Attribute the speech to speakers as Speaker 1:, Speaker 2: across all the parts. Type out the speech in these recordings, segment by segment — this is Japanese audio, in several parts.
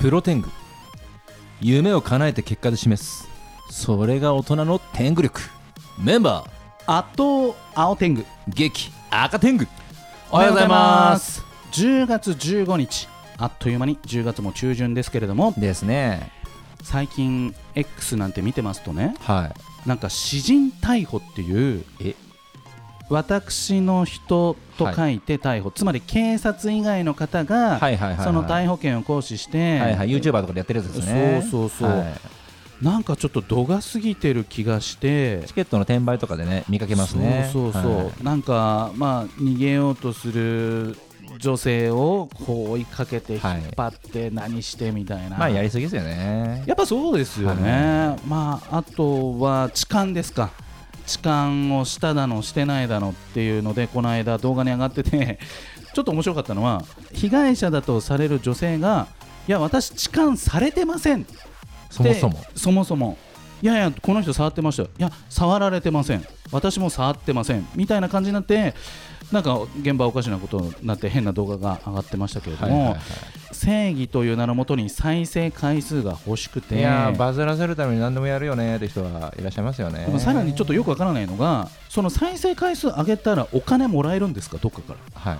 Speaker 1: プロテング夢を叶えて結果で示すそれが大人の天狗力メンバー
Speaker 2: 圧倒青天狗
Speaker 1: 激赤天狗
Speaker 2: おはようございます10月15日あっという間に10月も中旬ですけれども
Speaker 1: ですね
Speaker 2: 最近 X なんて見てますとね
Speaker 1: は
Speaker 2: なんか詩人逮捕っていう
Speaker 1: え
Speaker 2: 私の人と書いて逮捕、つまり警察以外の方が、
Speaker 1: いはいはいはいはい
Speaker 2: その逮捕権を行使して、
Speaker 1: はいはい YouTuber とかでやってるやつですね
Speaker 2: そうそうそう
Speaker 1: はい
Speaker 2: なんかちょっと度が過ぎてる気がして
Speaker 1: チケットの転売とかでね見かけますね
Speaker 2: そうそうそう、
Speaker 1: はい
Speaker 2: なんかまあ逃げようとする女性をこう追いかけて引っ
Speaker 1: はい
Speaker 2: 張って何してみたいな、
Speaker 1: まあやりすぎですよね
Speaker 2: やっぱそうですよね、まああとは痴漢ですか痴漢をしただのしてないだのっていうのでこの間動画に上がってて ちょっと面白かったのは被害者だとされる女性がいや私痴漢されてませんって
Speaker 1: そもそも
Speaker 2: そもそもいやいやこの人触ってましたよいや触られてません私も触ってませんみたいな感じになってなんか現場おかしなことになって変な動画が上がってましたけれども、
Speaker 1: はいはいは
Speaker 2: 正義という名のもとに再生回数が欲しくて
Speaker 1: い、いやーバズらせるために何でもやるよねって人はいらっしゃいますよね
Speaker 2: でもさらにちょっとよくわからないのがその再生回数上げたらお金もらえるんですかどっかから
Speaker 1: はい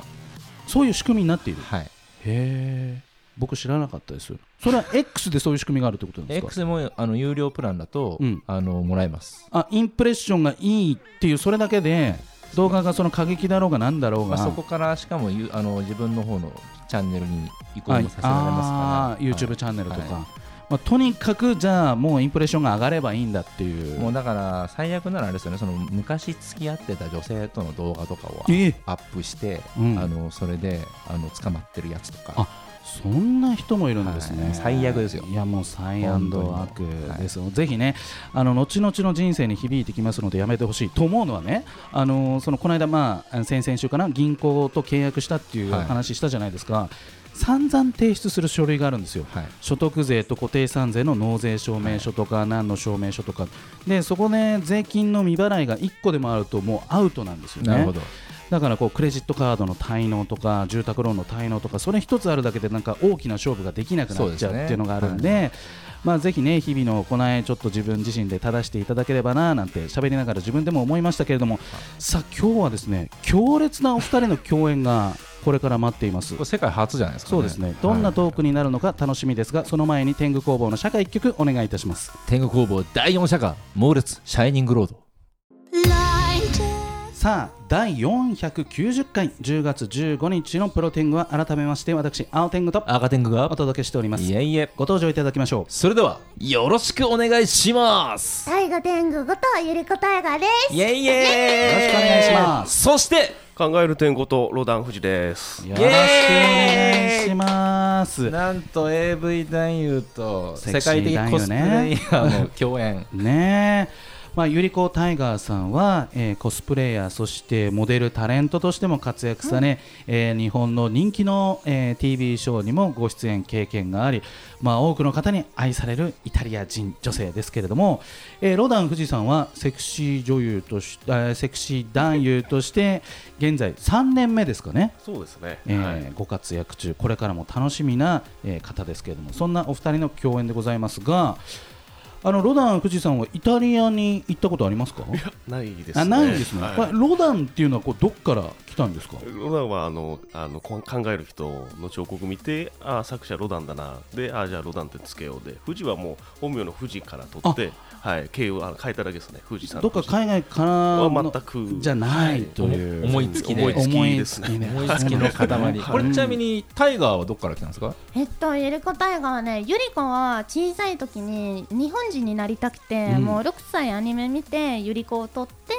Speaker 2: そういう仕組みになっている
Speaker 1: はい
Speaker 2: へえ僕知らなかったですそれは X でそういう仕組みがあるってことなんですか
Speaker 1: X もあの有料プランだと、
Speaker 2: うん
Speaker 1: あのもらえます、
Speaker 2: あインプレッションがいいっていうそれだけで動画がその過激だろうがなんだろう
Speaker 1: ま
Speaker 2: が、
Speaker 1: あ、そこからしかもゆあの自分の方のチャンネルに移行
Speaker 2: は
Speaker 1: も
Speaker 2: い
Speaker 1: させられ
Speaker 2: あ
Speaker 1: ますから、
Speaker 2: ー YouTube チャンネルとか、
Speaker 1: はい
Speaker 2: まあ、とにかくじゃあもうインプレッションが上がればいいんだっていう
Speaker 1: もうだから最悪ならあれですよねその昔付き合ってた女性との動画とかを
Speaker 2: ええ
Speaker 1: アップして、
Speaker 2: うん
Speaker 1: あのそれであの捕まってるやつとか
Speaker 2: あそんな人もいるんですね、
Speaker 1: はい最悪ですよ
Speaker 2: いやもう最悪
Speaker 1: 本当に
Speaker 2: 悪ですよ、ぜひねあの後々の人生に響いてきますのでやめてほしいと思うのはねあのそのこの間、まあ、先々週かな銀行と契約したっていう
Speaker 1: はい
Speaker 2: 話したじゃないですか、散々提出する書類があるんですよ、
Speaker 1: はい
Speaker 2: 所得税と固定資産税の納税証明書とか何の証明書とかでそこね税金の未払いが1個でもあるともうアウトなんですよね。
Speaker 1: なるほど、
Speaker 2: だからこうクレジットカードの滞納とか住宅ローンの滞納とかそれ一つあるだけでなんか大きな勝負ができなくなっちゃうっていうのがあるんで
Speaker 1: そうです
Speaker 2: まあ、ぜひね日々の行いちょっと自分自身で正していただければななんて喋りながら自分でも思いましたけれどもさあ今日はですね強烈なお二人の共演がこれから待っています
Speaker 1: これ。世界初じゃないですか、ね、
Speaker 2: そうですねどんな
Speaker 1: はい
Speaker 2: トークになるのか楽しみですがその前に天狗工房の社会一曲お願いいたします
Speaker 1: 天狗工房第4社か猛烈シャイニングロード
Speaker 3: Blinded.
Speaker 2: さあ第490回10月15日のプロ天狗は改めまして私青天狗と
Speaker 1: 赤天狗
Speaker 2: お
Speaker 1: が
Speaker 2: 届けしております
Speaker 1: いえいえ
Speaker 2: ご登場いただきましょ
Speaker 1: それではよろしくお願いします
Speaker 4: 大河天狗ことゆりこ大河です
Speaker 1: イエイイエ
Speaker 2: よろしくお願いします
Speaker 1: そして
Speaker 5: 考える点ことロダン富士です
Speaker 2: うよろしくお願いします
Speaker 1: なんと AV 男優と
Speaker 2: セ
Speaker 1: 世
Speaker 2: クシー
Speaker 1: 界的コスプレイヤーの共演
Speaker 2: ねえまあ、ゆりこタイガーさんは、えーコスプレイヤーそしてモデルタレントとしても活躍され、えー日本の人気の、えー TV ショーにもご出演経験があり、まあ、多くの方に愛されるイタリア人女性ですけれども、えーロダン富士さんはセクシー女優とし、えーセクシー男優として現在3年目ですかね。
Speaker 5: そうですね、
Speaker 2: えー
Speaker 5: はい
Speaker 2: ご活躍中これからも楽しみな、えー方ですけれどもそんなお二人の共演でございますがあのロダン富士さんはイタリアに行ったことありますか
Speaker 5: ないですね
Speaker 2: あないんですね、
Speaker 5: はい
Speaker 2: これロダンっていうのはこうどっから来たんですか
Speaker 5: ロダンはあのあのこん考える人の彫刻見てああ作者ロダンだなでああじゃあロダンってつけようで富士はもう本名の富士から取ってはい形をあの変えただけですね富士さん
Speaker 2: どっか海外から
Speaker 5: は
Speaker 2: の
Speaker 5: 全く
Speaker 2: じゃないという、
Speaker 1: 思いつきで
Speaker 5: 思いつきです
Speaker 2: 思いつきね
Speaker 5: ね
Speaker 1: 思いつきの 塊これちなみ
Speaker 2: に
Speaker 1: にタイガーはどこから来たんですか
Speaker 4: えっとゆりこ大河はねゆりこは小さい時に日本人になりたくて、
Speaker 2: うん
Speaker 4: もう6歳アニメ見てゆりこを撮って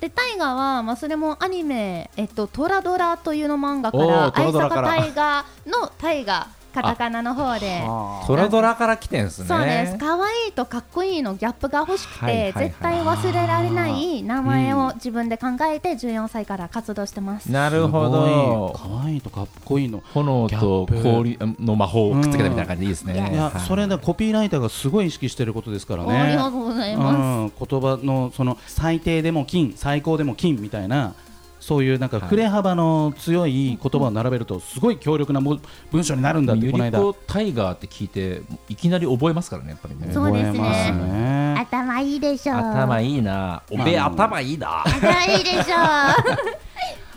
Speaker 4: で大河は、まあ、それもアニメ「えっと、トラドラ」というの漫画か
Speaker 1: おー
Speaker 4: ら
Speaker 1: トラ
Speaker 4: 愛
Speaker 1: ドラか
Speaker 4: 坂
Speaker 1: ら
Speaker 4: 大河の大河カタカナの方で。
Speaker 1: トラドラから来てんですね
Speaker 4: そうです可愛いとかっこいいのギャップが欲しくて、
Speaker 1: はいはいはい
Speaker 4: 絶対忘れられない名前を自分で考えて14歳から活動してます、
Speaker 1: なるほど
Speaker 2: 可愛いとかっこいいの
Speaker 1: 炎と
Speaker 2: ギャップ
Speaker 1: 氷の魔法をくっつけたみたいな感じでいいですね、
Speaker 2: いや
Speaker 1: はい
Speaker 2: それでコピーライターがすごい意識してることですからね
Speaker 4: ありがとうございます、
Speaker 2: うん、言葉のその最低でも金最高でも金みたいなそういうなんか触れ幅の強い言葉を並べるとすごい強力なも文章になるんだって
Speaker 1: ユ
Speaker 2: この
Speaker 1: リ
Speaker 2: 間
Speaker 1: コタイガーって聞いていきなり覚えますからねやっぱりね
Speaker 4: そうです
Speaker 2: 覚え
Speaker 4: ね
Speaker 2: ますね
Speaker 3: 頭いいでしょう。
Speaker 1: 頭いいなおべえ
Speaker 2: まあ
Speaker 1: 頭いいな
Speaker 3: 頭いいでしょ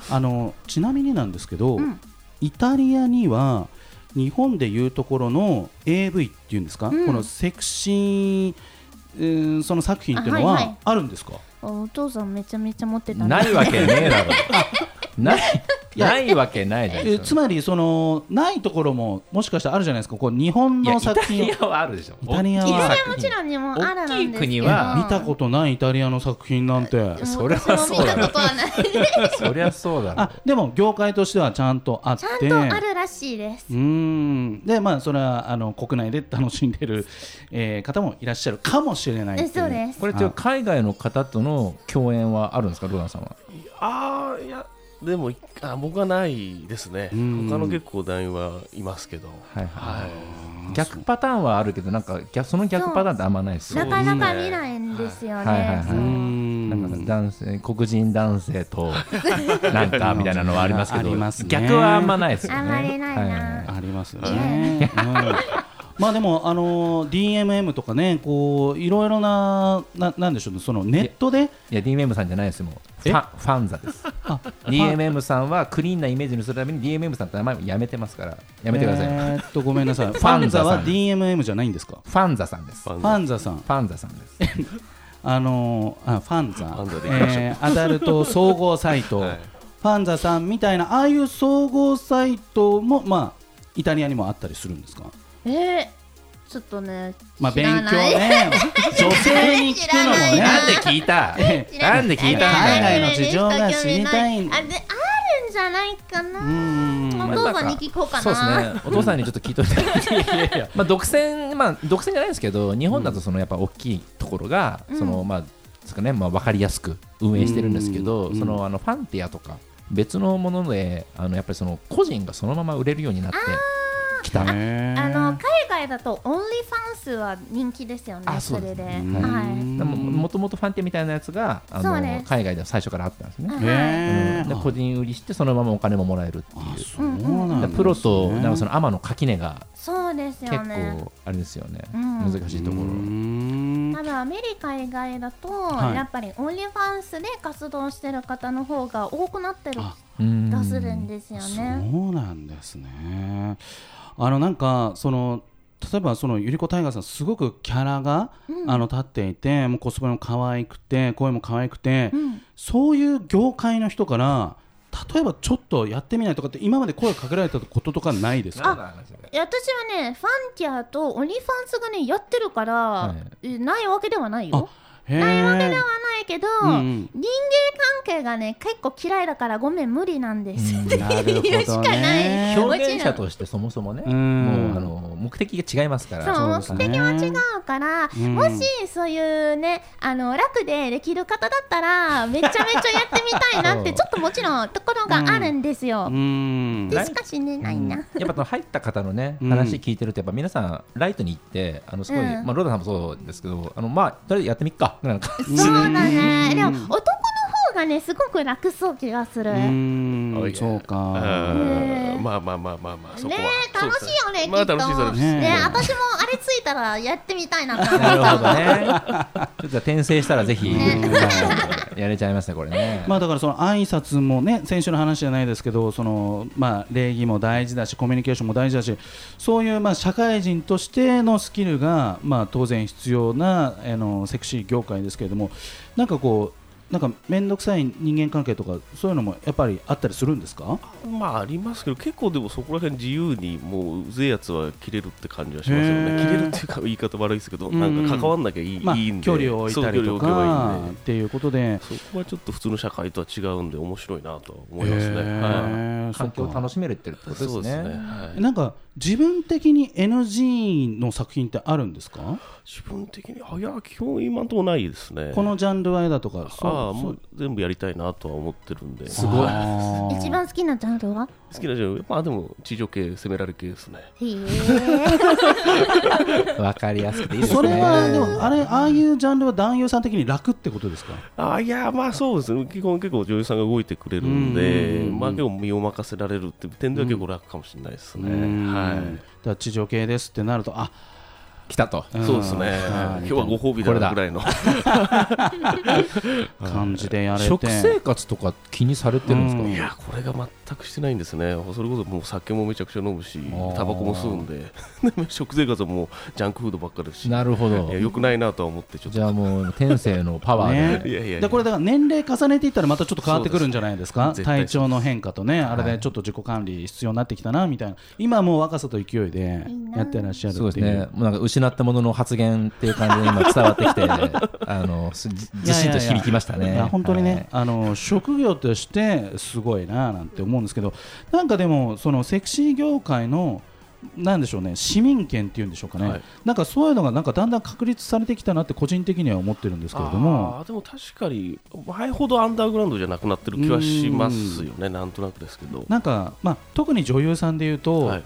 Speaker 2: あのちなみになんですけど、
Speaker 4: うん
Speaker 2: イタリアには日本でいうところの AV っていうんですか、
Speaker 4: うん
Speaker 2: このセクシー、えーその作品っていうの
Speaker 4: あはいは
Speaker 2: はいあるんですか、
Speaker 4: お父さんめちゃめちゃ持ってたんだ
Speaker 1: ないわけねえだろないないわけないじゃない
Speaker 2: え
Speaker 1: で
Speaker 2: ー
Speaker 1: す
Speaker 2: つ
Speaker 1: か
Speaker 2: まりそのないところももしかしたらあるじゃないですかこう日本
Speaker 1: いや
Speaker 2: の
Speaker 1: イタ
Speaker 2: 作品を
Speaker 1: リアはあるでしょ
Speaker 2: イタリア
Speaker 1: 大
Speaker 2: は
Speaker 1: きい作品
Speaker 4: それもちろんにもあらなんですけど
Speaker 1: 大きい国は
Speaker 2: 見たことないイタリアの作品なんて
Speaker 4: と
Speaker 1: それはそうだ
Speaker 4: 見た
Speaker 1: ろ
Speaker 4: ことはないち
Speaker 1: そりゃそうだろ
Speaker 2: あでも業界としてはちゃんとあって
Speaker 4: ゃんとあるらしいです
Speaker 2: うーんでまあそれはあの国内で楽しんでる、えー方もいらっしゃるかもしれないってい
Speaker 4: えそうです
Speaker 1: これっていう海外の方との共演はあるんですかロダンさんは
Speaker 5: ああいやでもあ僕はないですね
Speaker 2: うん
Speaker 5: 他の結構団員はいますけど
Speaker 1: はいはい
Speaker 5: はい
Speaker 1: 逆パターンはあるけどなんか逆その逆パターンってあんまないですよ
Speaker 4: な
Speaker 5: そう
Speaker 4: かなか見ないんですよ
Speaker 1: はいはいは
Speaker 4: ね
Speaker 1: い
Speaker 4: そう
Speaker 2: うー
Speaker 1: なんか
Speaker 2: ん
Speaker 1: 男性黒人男性 となんかみたいなのはありますけ
Speaker 2: あ
Speaker 1: ど
Speaker 2: りますね
Speaker 1: 逆はあんまないですよね
Speaker 4: あんまりないな
Speaker 1: はは
Speaker 2: ありますよね。うん まあでもあの DMM とかねこういろいろなななんでしょうねそのネットで
Speaker 1: いや DMM さんじゃないですよもうフ
Speaker 2: え
Speaker 1: ァンファンザです DMM さんはクリーンなイメージにするために DMM さんって名前をやめてますからやめてください、
Speaker 2: えーっとごめんなさい。フ
Speaker 1: ァ
Speaker 2: ァ
Speaker 1: ン
Speaker 2: ン
Speaker 1: ザさ
Speaker 2: ザ
Speaker 1: ん
Speaker 2: は DMM じゃないんですか。
Speaker 1: ファンザさんです
Speaker 5: フ
Speaker 1: ファ
Speaker 5: ァン
Speaker 2: フ
Speaker 5: の
Speaker 2: ァンザさん
Speaker 1: ンザさんです
Speaker 2: あのーあファンザ
Speaker 5: ァンザでいきましょう
Speaker 2: えーアダルト総合サイト、
Speaker 5: はい
Speaker 2: ファンザさんみたいなああいう総合サイトもまあイタリアにもあったりするんですか。
Speaker 4: えーちょっとね
Speaker 2: まあ
Speaker 4: 知
Speaker 2: 勉
Speaker 4: ら
Speaker 2: 強
Speaker 4: ない
Speaker 2: ね女性に聞くのもね。
Speaker 1: なんで聞いたなんで聞いたん
Speaker 2: 海
Speaker 1: だ
Speaker 2: 外
Speaker 1: よ
Speaker 2: の事情が知りたいん
Speaker 4: あであるんじゃないかな、
Speaker 2: うーん
Speaker 4: お父さんに聞こうかな
Speaker 1: そうですねお父さんにちょっと聞いといて まあ独占まあ独占じゃないですけど日本だとそのやっぱ大きいところが、
Speaker 4: うん
Speaker 1: そのまあですかねまあ分かりやすく運営してるんですけど、
Speaker 2: うん
Speaker 1: そのあのファンティアとか別のものであのやっぱりその個人がそのまま売れるようになってきた
Speaker 2: へー
Speaker 4: あの海外だとオンリーファンスは人気ですよね
Speaker 1: あそう
Speaker 4: そ
Speaker 1: で
Speaker 4: れ
Speaker 1: す
Speaker 4: で、
Speaker 1: ね
Speaker 4: は
Speaker 1: でももともとファンティアみたいなやつがあ
Speaker 4: そう
Speaker 1: の
Speaker 4: ね
Speaker 1: 海外では最初からあったんですね、
Speaker 4: い、はい
Speaker 2: へ
Speaker 1: うん
Speaker 2: ー
Speaker 1: で個人売りしてそのままお金ももらえるって
Speaker 2: あ
Speaker 1: いう
Speaker 2: そうなん
Speaker 1: だ
Speaker 2: だ
Speaker 1: からプロとなんかそ
Speaker 2: の
Speaker 1: の天野垣根が
Speaker 4: そうです
Speaker 1: 結
Speaker 4: よね
Speaker 1: 構あれですよね
Speaker 4: うん
Speaker 1: 難しいところ
Speaker 4: ただアメリカ以外だと、
Speaker 2: い
Speaker 4: やっぱりオンリーファンスで活動してる方の方が多くなってる
Speaker 2: あ
Speaker 1: うん
Speaker 4: 気がするんですよね。
Speaker 2: そうなんですねあのなんかその例えばそのゆりこ大河さんすごくキャラが、あの立っていてもうコスプレも可愛くて声も可愛くて、
Speaker 4: うん
Speaker 2: そういう業界の人から例えばちょっとやってみないとかって今まで声かけられたこととかないですか
Speaker 4: いや私はねファンティアとオンリーファンスがねやってるから、えないわけではないよ。
Speaker 2: へ
Speaker 4: ないわけで
Speaker 2: え
Speaker 4: はないけど、
Speaker 2: うんうん
Speaker 4: 人間関係がね結構嫌いだからごめん無理なんです。
Speaker 2: なる
Speaker 4: 言うしか
Speaker 2: ほど
Speaker 4: ない
Speaker 2: ね
Speaker 1: 表現者としてそもそもね、
Speaker 2: うん
Speaker 1: もうあの目的が違いますから、
Speaker 4: そう
Speaker 2: そう
Speaker 4: 目
Speaker 2: ですね
Speaker 4: 的は違うから、
Speaker 2: ん
Speaker 4: もしそういうねあの楽でできる方だったらめちゃめちゃやってみたいなっ
Speaker 1: そ
Speaker 4: て
Speaker 1: う
Speaker 4: ちょっともちろんところがあるんですよ。
Speaker 2: うん
Speaker 4: でしかしねないな。
Speaker 1: やっぱその入った方のね
Speaker 2: うん
Speaker 1: 話聞いてるとやっぱ皆さんライトに行ってあのすごい、
Speaker 4: うん
Speaker 1: まあロダさんもそうですけどあのまあとりあえずやってみっかなん か
Speaker 4: そうだね
Speaker 2: うん
Speaker 4: でも男の方がねすごく楽そう気がする。
Speaker 2: う
Speaker 4: ね
Speaker 2: ん
Speaker 5: おい
Speaker 2: そうか
Speaker 4: ねえ
Speaker 5: まあまあまあまあまあそこは
Speaker 4: え楽しいよねきっ
Speaker 5: そうで
Speaker 4: と。
Speaker 5: すねまあ楽しい
Speaker 2: ね
Speaker 5: です
Speaker 4: ね私もあれついたらやってみたいなと思
Speaker 1: なる
Speaker 4: っ
Speaker 1: ほど
Speaker 4: た。
Speaker 1: ねちょっと転生したらぜひやれちゃいますねこれね、
Speaker 2: まあだからその挨拶もね先週の話じゃないですけどそのまあ礼儀も大事だしコミュニケーションも大事だしそういうまあ社会人としてのスキルがまあ当然必要なあのセクシー業界ですけれどもなんかこうなんか面倒くさい人間関係とかそういうのもやっぱりあったりするんですか
Speaker 5: まあありますけど結構でもそこら辺自由にもううぜえやつは切れるって感じはしますよ
Speaker 2: へ
Speaker 5: ね
Speaker 2: ー
Speaker 5: 切れるっていうか言い方悪いですけど
Speaker 2: うん
Speaker 5: なんか関わんなきゃいい,、
Speaker 2: まあ
Speaker 5: いいんで
Speaker 2: 距離を置いたりと
Speaker 5: そう距離を置けばい
Speaker 2: か
Speaker 5: いんで
Speaker 2: っていうことで。
Speaker 5: そこはちょっと普通の社会とは違うんで面白いなとは思いますね。
Speaker 2: へー
Speaker 5: は
Speaker 1: 環境を楽
Speaker 2: そ
Speaker 1: しめるってこと
Speaker 5: い、
Speaker 1: ですね
Speaker 5: そうですね、はい
Speaker 2: っかなんか自分的に NG の作品ってあるんですか
Speaker 5: 自分的にあいや基本今んとこないですね。
Speaker 2: このジャンルは嫌だとかそう
Speaker 5: はもう全部やりたいなとは思ってるんで、
Speaker 2: すごい
Speaker 4: 一番好きなジャンルは
Speaker 5: 好きなジャンル、まあでも、地上系、攻められ系ですね。
Speaker 4: へえ。
Speaker 1: わかりやすくていいですね
Speaker 2: それはでもあれああいうジャンルは男優さん的に楽ってことですか
Speaker 5: あーいやー、まあそうですね、基本結構女優さんが動いてくれるんで、
Speaker 2: うん
Speaker 5: まあ結構身を任せられるっていう点では結構楽かもしれないですね。
Speaker 2: うん
Speaker 5: は
Speaker 2: だから地上系ですってなるとあ
Speaker 1: 来たと
Speaker 5: い、そうですね、今日はご褒美だなぐらいの、
Speaker 2: 感じでやれて
Speaker 1: 食生活とか気にされてるんですか、
Speaker 2: う ん
Speaker 5: いやこれが全くしてないんですね、それこそもう酒もめちゃくちゃ飲むし、
Speaker 1: ー
Speaker 5: タバコも吸うんで、 で食生活はもうジャンクフードばっかりだし、
Speaker 1: なるほど
Speaker 5: いや良くないなとは思って、ちょっ
Speaker 1: じ
Speaker 5: と。
Speaker 1: ゃあもう天性のパワーで、
Speaker 2: ね
Speaker 5: いやいやい
Speaker 2: で
Speaker 5: や
Speaker 2: これだから年齢重ねていったらまたちょっと変わってくるんじゃないですか
Speaker 5: そうです絶対
Speaker 2: 体調の変化とねあれでちょっと自己管理必要になってきたなみたいな今もう若さと勢いでやってらっしゃる
Speaker 1: そう
Speaker 2: っ
Speaker 1: で
Speaker 2: て
Speaker 1: す
Speaker 2: いう
Speaker 1: ねもうなんか失ったものの発言っていう感じで今伝わってきてあのすずずしんと響きました
Speaker 2: いや
Speaker 1: ね
Speaker 2: いや本当にね、
Speaker 1: はい
Speaker 2: あの職業としてすごいななんて思うんですけどなんかでもそのセクシー業界のなんでしょうね市民権っていうんでしょうかね、
Speaker 5: はい
Speaker 2: なんかそういうのがなんかだんだん確立されてきたなって個人的には思ってるんですけれども
Speaker 5: あーでも確かに前ほどアンダーグラウンドじゃなくなってる気はしますよね、なんとなくですけど。
Speaker 2: なんか、まあ、特に女優さんでいうと、
Speaker 5: はい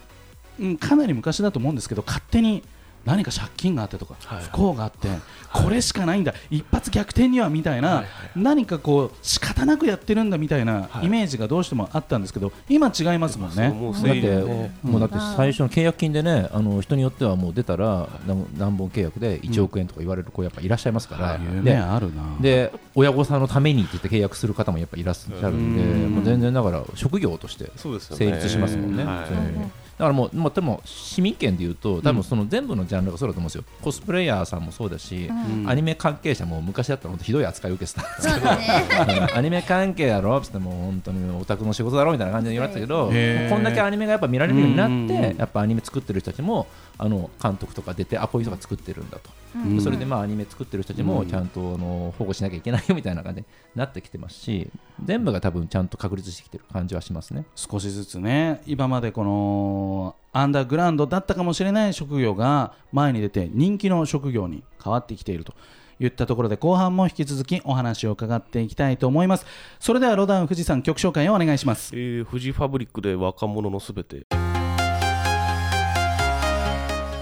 Speaker 2: うん、かなり昔だと思うんですけど勝手に何か借金があってとか、
Speaker 5: はい
Speaker 2: 不幸があって、これしかないんだ一発逆転にはみたいな、
Speaker 5: はいはい
Speaker 2: 何かこう仕方なくやってるんだみたいな
Speaker 5: はい
Speaker 2: イメージがどうしてもあったんですけど今違いますもん
Speaker 5: そう
Speaker 2: ね。
Speaker 5: もう
Speaker 1: だっ
Speaker 5: 整理
Speaker 1: て、
Speaker 5: でね
Speaker 1: もうだって最初の契約金でね、あの人によってはもう出たら、なん何本契約で1億円とか言われる子、やっぱいらっしゃいますから、
Speaker 2: 夢
Speaker 1: で
Speaker 2: あるな
Speaker 1: で親御さんのためにって言って契約する方もやっぱいらっしゃるんで、
Speaker 2: うん
Speaker 1: もう全然だから、職業として
Speaker 5: そうですよね
Speaker 1: 成立しますもんね。
Speaker 5: はい
Speaker 1: そういうだからもう、まあ、でも市民権でいうと、多分その全部のジャンルがそうだと思うんですよ、コスプレイヤーさんもそうだし、
Speaker 2: ん
Speaker 1: アニメ関係者も昔だったら本当ひどい扱いを受けてたんです
Speaker 4: そうだね。
Speaker 1: うんアニメ関係だろっつってもう本当にオタクの仕事だろみたいな感じで言われてたけど
Speaker 2: へー
Speaker 1: こんだけアニメがやっぱ見られるようにな
Speaker 2: うん
Speaker 1: っ
Speaker 2: うんう
Speaker 1: て
Speaker 2: ん
Speaker 1: やっぱアニメ作ってる人たちもあの監督とか出てあこういう人が作ってるんだと、
Speaker 2: うん
Speaker 1: それでまあアニメ作ってる人たちもちゃんとあの保護しなきゃいけないよみたいな感じになってきてますし全部が多分ちゃんと確立してきてる感じはしますね。
Speaker 2: 少しずつね今までこのアンダーグラウンドだったかもしれない職業が前に出て人気の職業に変わってきているといったところで後半も引き続きお話を伺っていきたいと思いますそれではロダン富士山曲紹介をお願いします
Speaker 5: えーフジファブリックで若者のすべて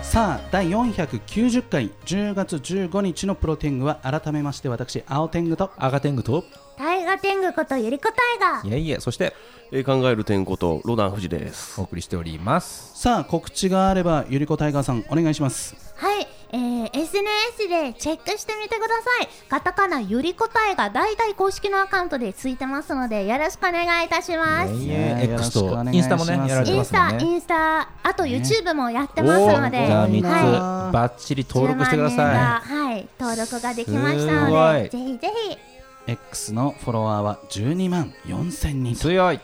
Speaker 2: さあ第490回10月15日のプロテングは改めまして私青テングと
Speaker 1: アガテングと
Speaker 4: 大河天狗ことゆりこ大河。
Speaker 1: いえいえそして
Speaker 5: えー考える点ことロダンフジです。
Speaker 1: お送りしております。
Speaker 2: さあ告知があればゆりこタイガーさんお願いします
Speaker 4: はい、えー、SNS でチェックしてみてください。カタカナゆりこ大河、大体公式のアカウントでついてますので、よろしくお願いいたします。
Speaker 1: い
Speaker 2: い
Speaker 1: え
Speaker 2: や
Speaker 1: いえ X
Speaker 2: よろしくお
Speaker 1: と
Speaker 2: 願い
Speaker 1: インスタもね
Speaker 2: します
Speaker 1: やられて
Speaker 4: イ
Speaker 1: ま
Speaker 4: ン
Speaker 1: す
Speaker 4: ス
Speaker 1: もん
Speaker 4: タ、イ
Speaker 1: ね。
Speaker 4: ンスタ、あと YouTube もやって
Speaker 1: お
Speaker 4: ますので、
Speaker 1: ーじゃあ
Speaker 2: みん
Speaker 1: 3つ
Speaker 2: な
Speaker 4: は
Speaker 1: バッチリ
Speaker 4: い、
Speaker 1: 登録してください。
Speaker 4: 10万人がはい、登録ができましたので、
Speaker 1: す
Speaker 4: ぜ
Speaker 1: ご
Speaker 4: ひぜひ
Speaker 2: X のフォロワーは12万4000人と
Speaker 1: 強い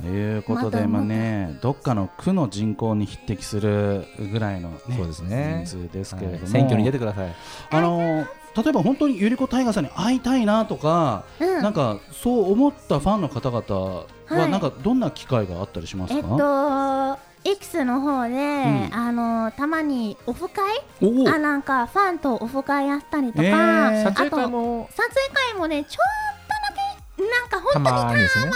Speaker 2: ということで、
Speaker 4: まだ
Speaker 2: ま
Speaker 4: ま
Speaker 2: あ
Speaker 4: だ
Speaker 2: ね、どっかの区の人口に匹敵するぐらいの、ね、
Speaker 1: そうですね
Speaker 2: 人数ですけれども、
Speaker 1: はい選挙に出てください。
Speaker 2: あの例えば本当にゆりこ大河さんに会いたいなとか、
Speaker 4: うん
Speaker 2: なんかそう思ったファンの方々
Speaker 4: は
Speaker 2: は、
Speaker 4: い
Speaker 2: なんかどんな機会があったりします
Speaker 4: えっ
Speaker 2: か、
Speaker 4: と、X の方で、
Speaker 2: ん
Speaker 4: あのたまにオフ会
Speaker 2: お
Speaker 4: あなんかファンとオフ会やったりとか、
Speaker 2: えー
Speaker 4: あ
Speaker 1: 撮
Speaker 4: と
Speaker 1: 影会も
Speaker 4: 撮影会もねちょっとだけなんか
Speaker 1: た
Speaker 4: 本当
Speaker 1: まーにですね。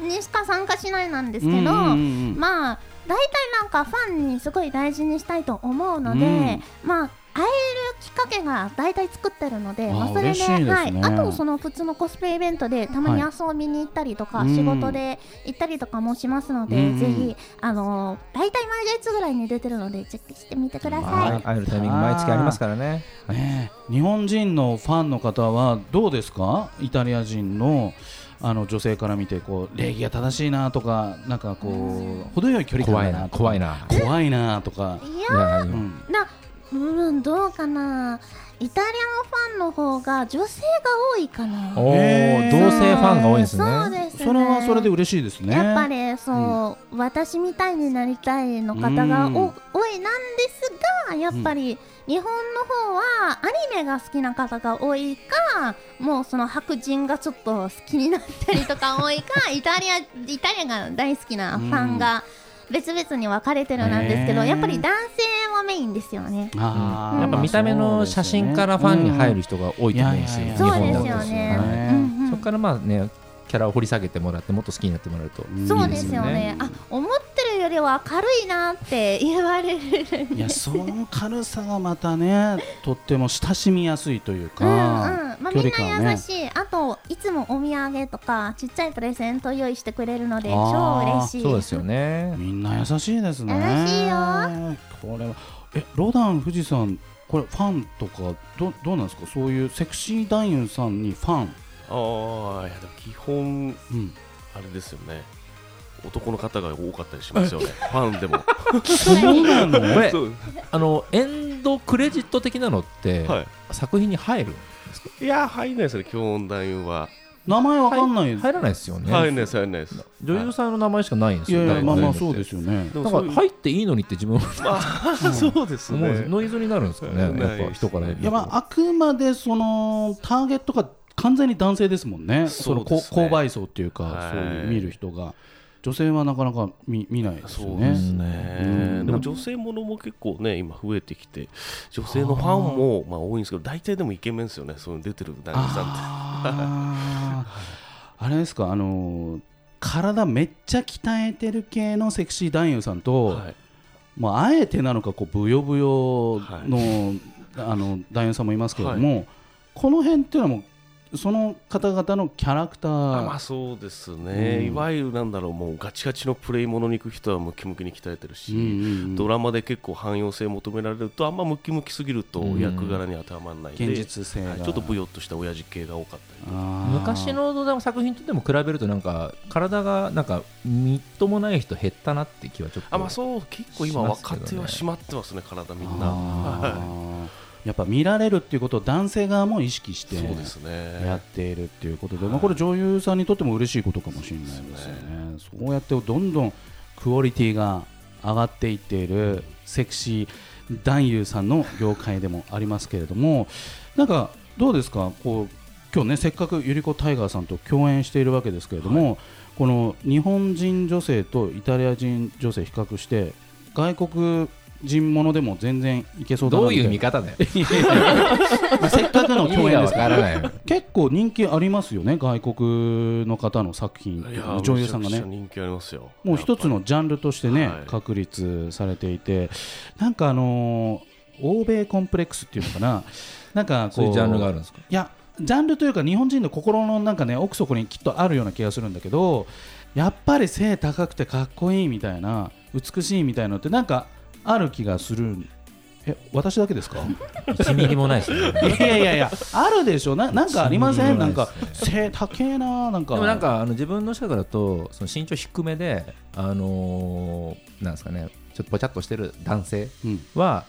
Speaker 4: ににしか参加しないなんです
Speaker 2: う
Speaker 4: けど、
Speaker 2: んうんうん
Speaker 4: まあ大体なんかファンにすごい大事にしたいと思うので、
Speaker 2: うん
Speaker 4: まあ会えるきっかけが大体作ってるので
Speaker 2: あ
Speaker 4: まあそれ
Speaker 2: 嬉しいですね
Speaker 4: はい、あとその普通のコスプレイベントでたまに
Speaker 2: は
Speaker 4: 遊びに行ったりとか、
Speaker 2: うん
Speaker 4: 仕事で行ったりとかもしますので、
Speaker 2: うん
Speaker 4: ぜひあの大体毎月ぐらいに出てるのでチェックしてみてください。
Speaker 1: はい、会えるタイミング毎月ありますからね。
Speaker 2: ねえ日本人のファンの方はどうですかイタリア人のあの女性から見てこう礼儀が正しいなとかなんかこう程よい距離
Speaker 1: 怖
Speaker 2: 感
Speaker 1: い
Speaker 2: だな
Speaker 1: な、
Speaker 2: とか
Speaker 1: 怖いな。
Speaker 2: 怖いなとか、
Speaker 4: いや
Speaker 1: いやいや
Speaker 2: うん
Speaker 4: なうんどうかなイタリアのファンの方が女性が多いかな
Speaker 1: お
Speaker 2: へ
Speaker 1: ー
Speaker 2: ー
Speaker 1: 同性ファンが多いんですね。
Speaker 4: そうですね
Speaker 2: それはそれで嬉しいですね。
Speaker 4: やっぱりそう、私みたいになりたいの方が
Speaker 2: うん
Speaker 4: お多いなんですがやっぱり日本の方はアニメが好きな方が多いかもうその白人がちょっと好きになったりとか多いかイタリアイタリアが大好きなファンが別々に分かれてるなんですけど、
Speaker 2: ねえ
Speaker 4: やっぱり男性はメインですよね。
Speaker 2: あー
Speaker 1: やっぱ見た目の写真からファンに入る
Speaker 2: 人
Speaker 1: 人が多いと思うんですよ、
Speaker 2: うんいやいやいや
Speaker 1: 日本だと
Speaker 4: そうですよね
Speaker 1: はい
Speaker 4: うんうんうん
Speaker 1: そこからまあねキャラを掘り下げてもらってもっと好きになってもらうと
Speaker 4: そうですよ
Speaker 1: いい
Speaker 4: ね。あ、思ってるよりは軽いなって言われる。
Speaker 2: いやその軽さがまたねとっても親しみやすいという
Speaker 4: うんうん。
Speaker 2: か、
Speaker 4: まあ、
Speaker 2: 距離
Speaker 4: みん
Speaker 2: 感
Speaker 4: な
Speaker 2: ね
Speaker 4: 優しい。あと、いつもお土産とか、ちっちゃいプレゼント用意してくれるので、
Speaker 2: あ
Speaker 4: 超
Speaker 2: ー
Speaker 4: 嬉しい。
Speaker 1: そうですよね
Speaker 2: みんな優しいですね
Speaker 4: 優しいよ
Speaker 2: これはえロダン富士さんこれファンとかどどうなんですかそういうセクシー男優さんにファン、
Speaker 5: ああ、いやでも基本、
Speaker 2: うん、
Speaker 5: あれですよね。男の方が多かったりします よね。ファンでも。
Speaker 2: そうなの
Speaker 1: これ
Speaker 5: そう
Speaker 1: あのエンドクレジット的なのって、
Speaker 5: は
Speaker 1: 作品に入る
Speaker 5: い。いや、入んないですね、基本男優は。
Speaker 2: 名前わかんない、
Speaker 1: 入らないですよね、
Speaker 5: 入んないです、入んないです。
Speaker 1: 女優さんの名前しかないんです
Speaker 2: い
Speaker 1: よ、
Speaker 2: やいやまあまあそうですすよね
Speaker 5: でも
Speaker 1: だ
Speaker 5: そ
Speaker 1: か
Speaker 5: うい
Speaker 1: ら
Speaker 5: う
Speaker 1: 入っていいのにって自分は
Speaker 5: あそうです
Speaker 1: 思うんです
Speaker 5: ね。
Speaker 1: ノイズになるんですかね
Speaker 5: な
Speaker 1: や
Speaker 5: いですね
Speaker 1: っぱ人から見ると
Speaker 2: いやまああくまでそのターゲットが完全に男性ですもんね
Speaker 5: そう
Speaker 2: の
Speaker 5: ですね
Speaker 2: こ購買層っていうか、
Speaker 5: はい
Speaker 2: そういう見る人が女性はなかなか見見ないですよ
Speaker 5: そう
Speaker 2: ね
Speaker 5: ですね、
Speaker 2: うん
Speaker 5: でも女性ものも結構ね今増えてきて女性のファンもまあ多いんですけど大体でもイケメンですよねそういうの出てる男優さんって
Speaker 2: あーあれですかあのー体めっちゃ鍛えてる系のセクシー男優さんと、
Speaker 5: はい
Speaker 2: まあ、あえてなのかこうブヨブヨの,、あの男優さんもいますけれども、この辺っていうのはもうその方々のキャラクタ
Speaker 5: あま
Speaker 2: ー
Speaker 5: あそうですね、
Speaker 2: うん
Speaker 5: いわゆるなんだろうもうガチガチのプレイものに行く人はムキムキに鍛えてるし、
Speaker 2: うんうんう
Speaker 5: ド
Speaker 2: ん
Speaker 5: ラマで結構汎用性求められるとあんまムキムキすぎると
Speaker 1: うん
Speaker 5: 役柄に当てはまらないんで、
Speaker 2: 現実性
Speaker 5: は
Speaker 2: が
Speaker 5: いちょっとブヨっとした親父系が多かったり
Speaker 2: あー
Speaker 1: 昔の作品とでも比べるとなんか体がなんかみっともない人減ったなって気はちょっと
Speaker 5: あまあそう結構今
Speaker 1: しますけ
Speaker 5: 若
Speaker 1: どね
Speaker 5: 手は締まってますね体みんな
Speaker 2: あ
Speaker 5: は
Speaker 2: ーやっぱ見られるっていうことを男性側も意識し
Speaker 5: い
Speaker 2: て
Speaker 5: そうですね
Speaker 2: やっているっていうことで、まあ、これ女優さんにとっても嬉しいことかもしれないですよね。そうやってどんどんクオリティが上がっていっているセクシー男優さんの業界でもありますけれどもなんかどうですかこう今日ねせっかくゆりこタイガーさんと共演しているわけですけれども、この日本人女性とイタリア人女性比較して外国人ものでも全然いけそうだな
Speaker 1: どう
Speaker 2: み
Speaker 1: い
Speaker 2: た
Speaker 1: う
Speaker 2: い
Speaker 1: 見
Speaker 2: な
Speaker 1: 方だよ
Speaker 2: いやいやいや まあせっかくの
Speaker 1: 意味
Speaker 2: 共演
Speaker 1: が
Speaker 2: で
Speaker 1: わ
Speaker 2: すか
Speaker 1: か
Speaker 2: ら
Speaker 1: らないよ
Speaker 2: 結構人気ありますよね外国の方の作品
Speaker 5: いやー
Speaker 2: 女優さんが
Speaker 5: めちゃくち
Speaker 2: ね
Speaker 5: ゃ人気ありますよ
Speaker 2: もう一つのジャンルとしてね、
Speaker 5: はい
Speaker 2: 確立されていてなんかあのー欧米コンプレックスっていうのかななんかこ
Speaker 1: そ
Speaker 2: う
Speaker 1: ういうジャンルがあるんです か
Speaker 2: いやジャンルというか日本人の心のなんかね奥底にきっとあるような気がするんだけどやっぱり背高くてかっこいいみたいな美しいみたいなのってなんかある気がするえ私だけですか
Speaker 1: 1ミリもないですね
Speaker 2: いやいやいや、あるでしょ、ななんかありませ
Speaker 1: そ
Speaker 2: ん、なんん
Speaker 1: な
Speaker 2: か
Speaker 1: ことないです
Speaker 2: 背高えな、なんか。
Speaker 1: でもなんかあの自分の社からだとその身長低めであのーなんですかねちょっとぽちゃっとしてる男性
Speaker 2: うん、
Speaker 1: は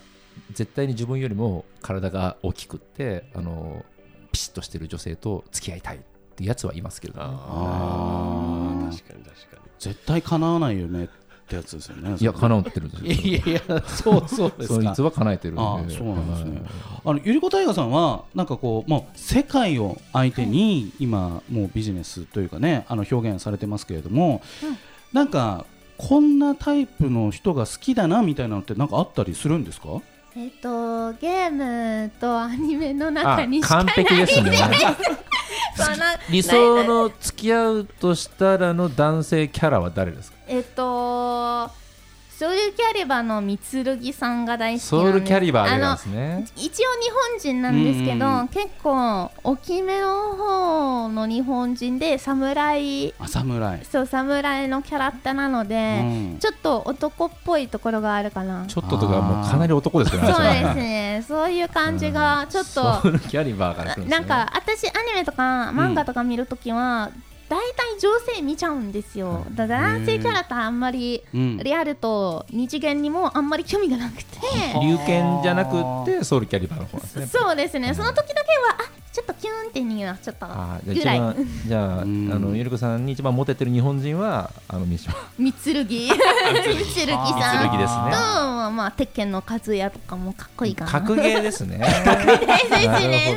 Speaker 1: 絶対に自分よりも体が大きくってあのピシッとしてる女性と付き合いたいってやつはいますけど、ね、
Speaker 5: あ
Speaker 2: あ
Speaker 5: ー確か
Speaker 2: ー
Speaker 5: に確かに
Speaker 2: 絶対叶わないよねってやつですよね。
Speaker 1: いや
Speaker 2: それ
Speaker 1: 叶ってるんですよ
Speaker 2: いやいや、そうそうです
Speaker 1: そい
Speaker 2: か
Speaker 1: つ。は叶えてるんで
Speaker 2: あーそうなんですね
Speaker 1: はい
Speaker 2: あのゆりこ大河さんは、なんかこう、もう世界を相手に、今、もうビジネスというかね、あの表現されてますけれども、
Speaker 4: うん
Speaker 2: なんか、こんなタイプの人が好きだなみたいなのって、なんかあったりするんですか
Speaker 4: えっと、ゲームとアニメの中にしか
Speaker 1: 完璧ですね
Speaker 4: その
Speaker 1: 理想の付き合うとしたらの男性キャラは誰ですか
Speaker 4: えっと、ソウルキャリバーの三剣さんが大好きなんです
Speaker 1: ソウルキャリバー
Speaker 4: あ
Speaker 1: な
Speaker 4: の
Speaker 1: んですね
Speaker 4: 一応日本人なんですけど、
Speaker 2: うんうんうん
Speaker 4: 結構大きめの方の日本人で侍
Speaker 2: あ侍。
Speaker 4: そう侍のキャラクターなの
Speaker 2: う
Speaker 4: で、
Speaker 2: ん
Speaker 4: ちょっと男っぽいところがあるかな
Speaker 1: ちょっととかもうかなり男ですからね
Speaker 4: そう
Speaker 1: れ
Speaker 4: ですねそういう感じがちょっと、
Speaker 1: ソウルキャリバーから来るんです
Speaker 4: な
Speaker 1: よ
Speaker 4: ん
Speaker 1: ね
Speaker 4: か私アニメとか漫画とか見るときは、大体女性見ちゃうんですよ、だから男性キャラクターあんまり
Speaker 2: うん
Speaker 4: リアルと二次元にもあんまり興味がなくて、
Speaker 1: 龍拳じゃなくってソウルキャリバーの方なんですね
Speaker 4: そうですね、その時だけは、あちょっとキュンってにはちょっと
Speaker 1: あー
Speaker 4: ぐ
Speaker 1: じゃ
Speaker 4: ら
Speaker 1: あ一
Speaker 4: い、
Speaker 1: 番じゃああ
Speaker 2: うん
Speaker 1: のゆりこさんに一番モテてる日本人はあの三島
Speaker 4: みつ るぎ、みつるぎさん
Speaker 1: 剣で
Speaker 4: と、
Speaker 1: すね
Speaker 4: まあ、鉄拳の和也とかもかっこいいかな。
Speaker 1: 格ゲーですね
Speaker 4: ですね
Speaker 1: なる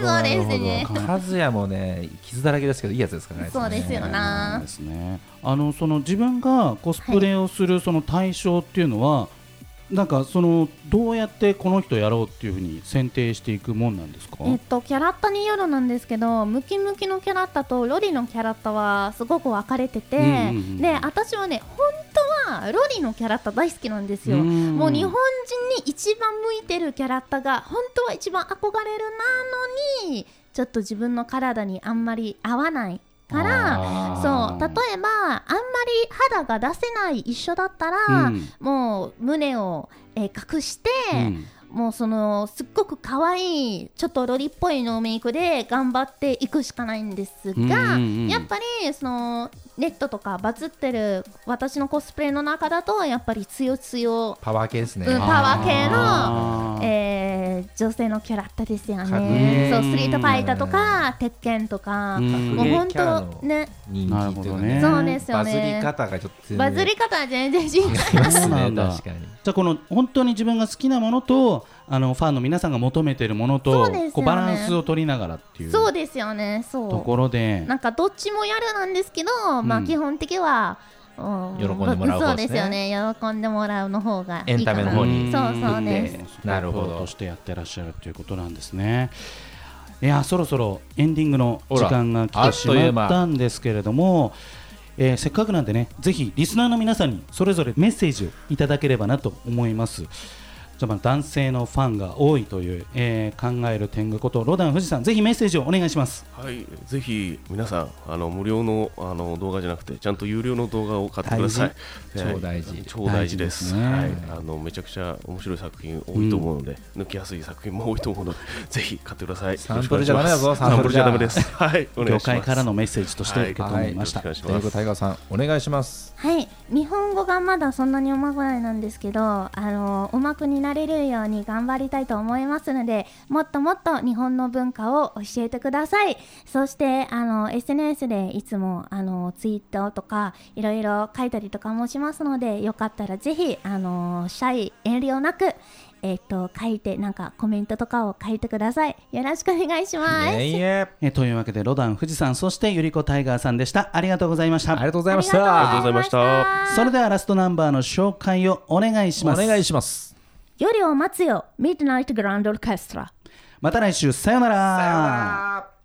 Speaker 1: ほど
Speaker 4: そうです
Speaker 1: な
Speaker 4: ね
Speaker 1: るほど和也もね傷だらけですけどいいやつですからね
Speaker 4: そうですよ
Speaker 1: ね
Speaker 4: な
Speaker 2: そうですね。あのその自分がコスプレをするその対象っていうのは、なんかそのどうやってこの人やろうっていうふうに選定していくもんなんですか、
Speaker 4: えっと、キャラクターによるなんですけどムキムキのキャラクターとロリのキャラクターはすごく分かれてて、
Speaker 2: うんうんうん
Speaker 4: で私はね本当はロリのキャラクター大好きなんですよ、
Speaker 2: うん
Speaker 4: もう日本人に一番向いてるキャラクターが本当は一番憧れるなのにちょっと自分の体にあんまり合わないからそ
Speaker 2: あー
Speaker 4: う例えばあんまり肌が出せない一緒だったら、
Speaker 2: うん
Speaker 4: もう胸を、えー隠して、
Speaker 2: うん
Speaker 4: もうそのすっごく可愛いちょっとロリっぽいノーメイクで頑張っていくしかないんです
Speaker 2: うん
Speaker 4: が、
Speaker 2: うんうん
Speaker 4: やっぱりそのネットとかバズってる私のコスプレの中だとやっぱり強強、
Speaker 1: パワー系ですね、
Speaker 4: うん、パワー系
Speaker 2: あ
Speaker 4: の
Speaker 2: ー、
Speaker 4: えー女性のキャラクターですよ
Speaker 1: かっこ
Speaker 4: ね
Speaker 1: いい
Speaker 4: そうスリートファイターとか鉄拳とか、
Speaker 2: うん
Speaker 4: もう本
Speaker 1: キャラの
Speaker 4: 当ね
Speaker 1: 人
Speaker 2: なる
Speaker 1: 気
Speaker 2: ほ
Speaker 1: と
Speaker 2: ど
Speaker 1: か
Speaker 2: ね
Speaker 1: ね
Speaker 4: そうですよ
Speaker 1: バズり
Speaker 4: ね
Speaker 1: 方がちょっと
Speaker 4: バズり方は全然 違
Speaker 1: 方
Speaker 4: う
Speaker 1: です
Speaker 2: そうな
Speaker 1: ね
Speaker 2: んだ
Speaker 1: 確かに
Speaker 2: じゃあこの本当に自分が好きなものとあのファンの皆さんが求めてるものと
Speaker 4: そうですよね
Speaker 2: こうバランスを取りながらっていう
Speaker 4: そう
Speaker 2: と
Speaker 4: ですよねそう
Speaker 2: ころで
Speaker 4: なんかどっちもやるなんですけど、ま
Speaker 2: う
Speaker 4: あ
Speaker 2: ん
Speaker 4: 基本的は、うん
Speaker 1: 喜んでもらう
Speaker 4: そ
Speaker 1: 方
Speaker 4: う
Speaker 1: ですね
Speaker 4: ですよね喜んでもらうの方がいいか
Speaker 1: エ
Speaker 4: な
Speaker 1: ンタメの方に
Speaker 4: そうそうです
Speaker 1: うん
Speaker 2: な
Speaker 1: な
Speaker 2: る
Speaker 1: る
Speaker 2: ほ
Speaker 1: ほど
Speaker 2: どとしてやってらっしゃるということなんですねいやそろそろエンディングの時間が来
Speaker 1: あ
Speaker 2: て
Speaker 1: ら
Speaker 2: しまったんですけれどもえーせっかくなんでねぜひリスナーの皆さんにそれぞれメッセージをいただければなと思いますじゃあまあ男性のファンが多いという、えー考える天狗ことロダン富士さんぜひメッセージをお願いします
Speaker 5: はい、ぜひ皆さんあの無料のあの動画じゃなくてちゃんと有料の動画を買ってください。
Speaker 1: 大事
Speaker 5: はい
Speaker 1: 超大事
Speaker 5: 超大事です。
Speaker 2: 大
Speaker 5: はい
Speaker 2: 事ですね、
Speaker 5: あのめちゃくちゃ面白い作品多いと思うので、抜きやすい作品も多いと思うので ぜひ買ってください。
Speaker 1: サンプルじゃダメだぞ
Speaker 5: よろしくお願いしますサンプルじゃダ
Speaker 1: サン
Speaker 5: メ
Speaker 1: プルじゃ
Speaker 5: です。はい、お願いし
Speaker 2: 業
Speaker 5: ます。
Speaker 2: 界からのメッセージとして
Speaker 5: はい
Speaker 2: 受け止めました、
Speaker 5: はいよろしくお
Speaker 1: とい
Speaker 5: 願いしま
Speaker 1: うことでタイガーさんお願いします
Speaker 4: はい日本語がまだそんなにうまくないなんですけどあのうまくになれるように頑張りたいと思いますのでもっともっと日本の文化を教えてくださいそしてあの SNS でいつもあのツイートとかいろいろ書いたりとかもしますのでよかったらぜひあのシャイ遠慮なくえっと書いてなんかコメントとかを書いてくださいよろしくお願いします、
Speaker 1: いえいえ
Speaker 2: えーというわけでロダン富士さんそしてゆりこタイガーさんでしたありがとうございまし
Speaker 1: あ
Speaker 2: た
Speaker 1: りがとうございまし
Speaker 5: ありがとう
Speaker 1: た
Speaker 5: ございました。
Speaker 2: それではラストナンバーの紹介をお願いし
Speaker 1: お
Speaker 2: ます。
Speaker 1: 願いします
Speaker 4: 夜を待つよ Midnight Grand Orchestra
Speaker 2: また来週、さよなら。
Speaker 1: あ